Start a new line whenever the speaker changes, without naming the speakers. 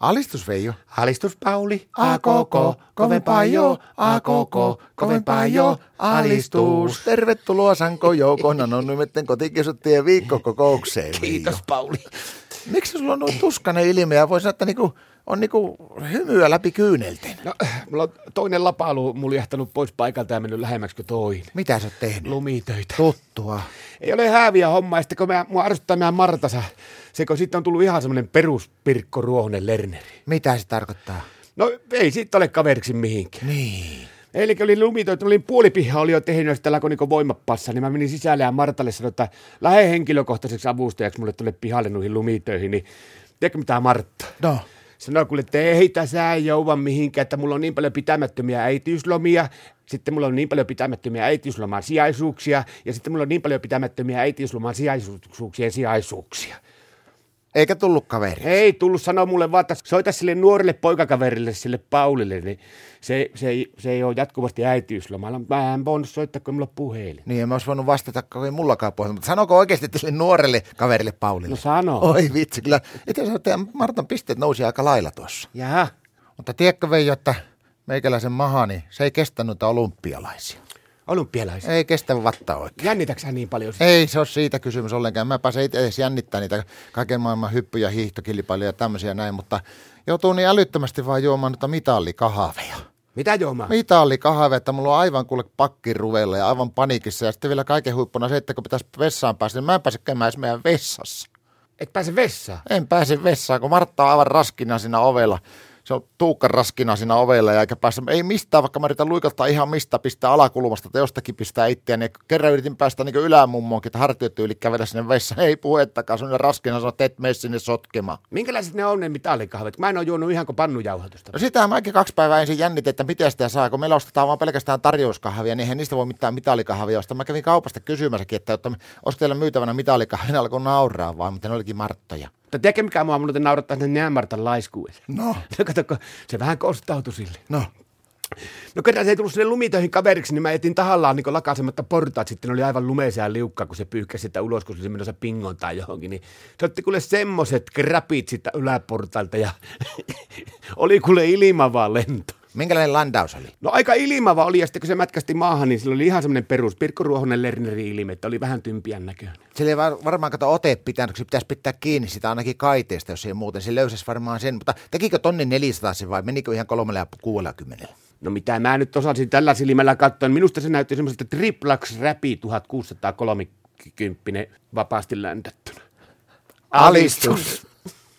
Alistus Veijo.
Alistus Pauli,
A koko, kovempaa jo, a koko, kovempaa jo, alistus. Tervetuloa Sanko No, Joukon anonymitten kotikisottiin viikkokokoukseen. Veijo.
Kiitos Pauli.
Miksi sulla on noin tuskainen ilme ja voi sanoa, että niinku, on niinku hymyä läpi kyynelten?
No, mulla on toinen lapaalu muljahtanut pois paikalta ja mennyt lähemmäksi kuin toinen.
Mitä sä oot tehnyt?
Lumitöitä.
Tuttua.
Ei ole häviä hommaa, ja sitten kun mä, mua arvostaa nämä Martasa, se kun siitä on tullut ihan semmoinen peruspirkko ruohonen lerneri.
Mitä se tarkoittaa?
No ei siitä ole kaveriksi mihinkään.
Niin.
Eilen kun oli lumitöitä, mä olin puoli pihaa oli jo tehnyt sitä alkoi niinku voimapassa, niin mä menin sisälle ja Martalle sanoin, että lähde henkilökohtaiseksi avustajaksi mulle tuonne pihalle noihin lumitöihin, niin tiedätkö mitä Martta?
No.
Sanoi kuule, että ei tässä ei jouva mihinkään, että mulla on niin paljon pitämättömiä äitiyslomia, sitten mulla on niin paljon pitämättömiä äitiysloman sijaisuuksia, ja sitten mulla on niin paljon pitämättömiä äitiysloman sijaisuuksien sijaisuuksia.
Eikä tullut kaveri.
Ei tullut sanoa mulle vaan, että soita sille nuorelle poikakaverille, sille Paulille, niin se, se, ei, se ei ole jatkuvasti äitiyslomalla. Mä en voinut soittaa, kun mulla on puhelin.
Niin, en mä olisi voinut vastata, kun ei mullakaan puhelin. Mutta sanoko oikeasti tälle nuorelle kaverille Paulille?
No sano.
Oi vitsi, kyllä. Itse asiassa teidän Martan pisteet nousi aika lailla tuossa.
Jaha.
Mutta tiedätkö Veijo, että meikäläisen maha, niin se ei kestänyt noita olympialaisia.
Olympialaisia.
Ei kestä vatta oikein.
Jännitäksä niin paljon? sitä?
Ei se ole siitä kysymys ollenkaan. Mä pääsen itse edes jännittää niitä kaiken maailman hyppyjä, hiihtokilpailuja ja tämmöisiä näin, mutta joutuu niin älyttömästi vaan juomaan noita mitallikahveja.
Mitä juomaa?
Mitallikahve, että mulla on aivan kuule pakki ruvella ja aivan panikissa. Ja sitten vielä kaiken huippuna se, että kun pitäisi vessaan päästä, niin mä en pääse käymään edes meidän vessassa.
Et pääse vessaan.
En pääse vessaan, kun Martta on aivan raskina siinä ovella. Se on tuukka raskina siinä ovella ja eikä päästä, ei mistään, vaikka mä yritän luikottaa ihan mistä pistää alakulmasta tai jostakin pistää itseäni. Ja Kerran yritin päästä niin ylämummoonkin, että hartiot yli kävellä sinne vessaan. Ei puhettakaan, se on niin raskina, sanoi, että et mene sinne sotkemaan.
Minkälaiset ne on ne mitallikahvet? Mä en ole juonut ihan kuin pannujauhatusta.
No sitä mäkin kaksi päivää ensin jännitin, että miten sitä saa, kun meillä ostetaan vaan pelkästään tarjouskahvia, niin eihän niistä voi mitään mitalikahvia ostaa. Mä kävin kaupasta kysymässäkin, että jotta onko teillä myytävänä mitalikahvia, ne alkoi nauraa vaan, mutta ne olikin marttoja.
Mutta tiedätkö mikä mua muuten naurattaa sen Näämartan laiskuudessa?
No,
No kato, kun se vähän kostautui sille.
no.
No kerran se ei tullut sinne lumitöihin kaveriksi, niin mä etin tahallaan niin lakasematta portaat. Sitten ne oli aivan lumeisia ja liukkaa, kun se pyyhkäsi sitä ulos, kun se oli menossa pingon tai johonkin. Niin se otti kuule semmoset krapit sitä yläportailta ja oli kuule ilmavaa lento.
Minkälainen landaus oli?
No aika ilmava oli ja sitten kun se mätkästi maahan, niin sillä oli ihan semmoinen perus Pirkko Ruohonen Lerneri ilme, että oli vähän tympiän näköinen.
Sillä ei var- varmaan kato ote pitänyt, kun se pitäisi pitää kiinni sitä ainakin kaiteesta, jos ei muuten. Se löysäisi varmaan sen, mutta tekikö tonni 400 sen vai menikö ihan 360?
No mitä mä nyt osasin tällä silmällä katsoa, niin minusta se näytti semmoiselta triplax räpi 1630 vapaasti ländättynä.
Alistus.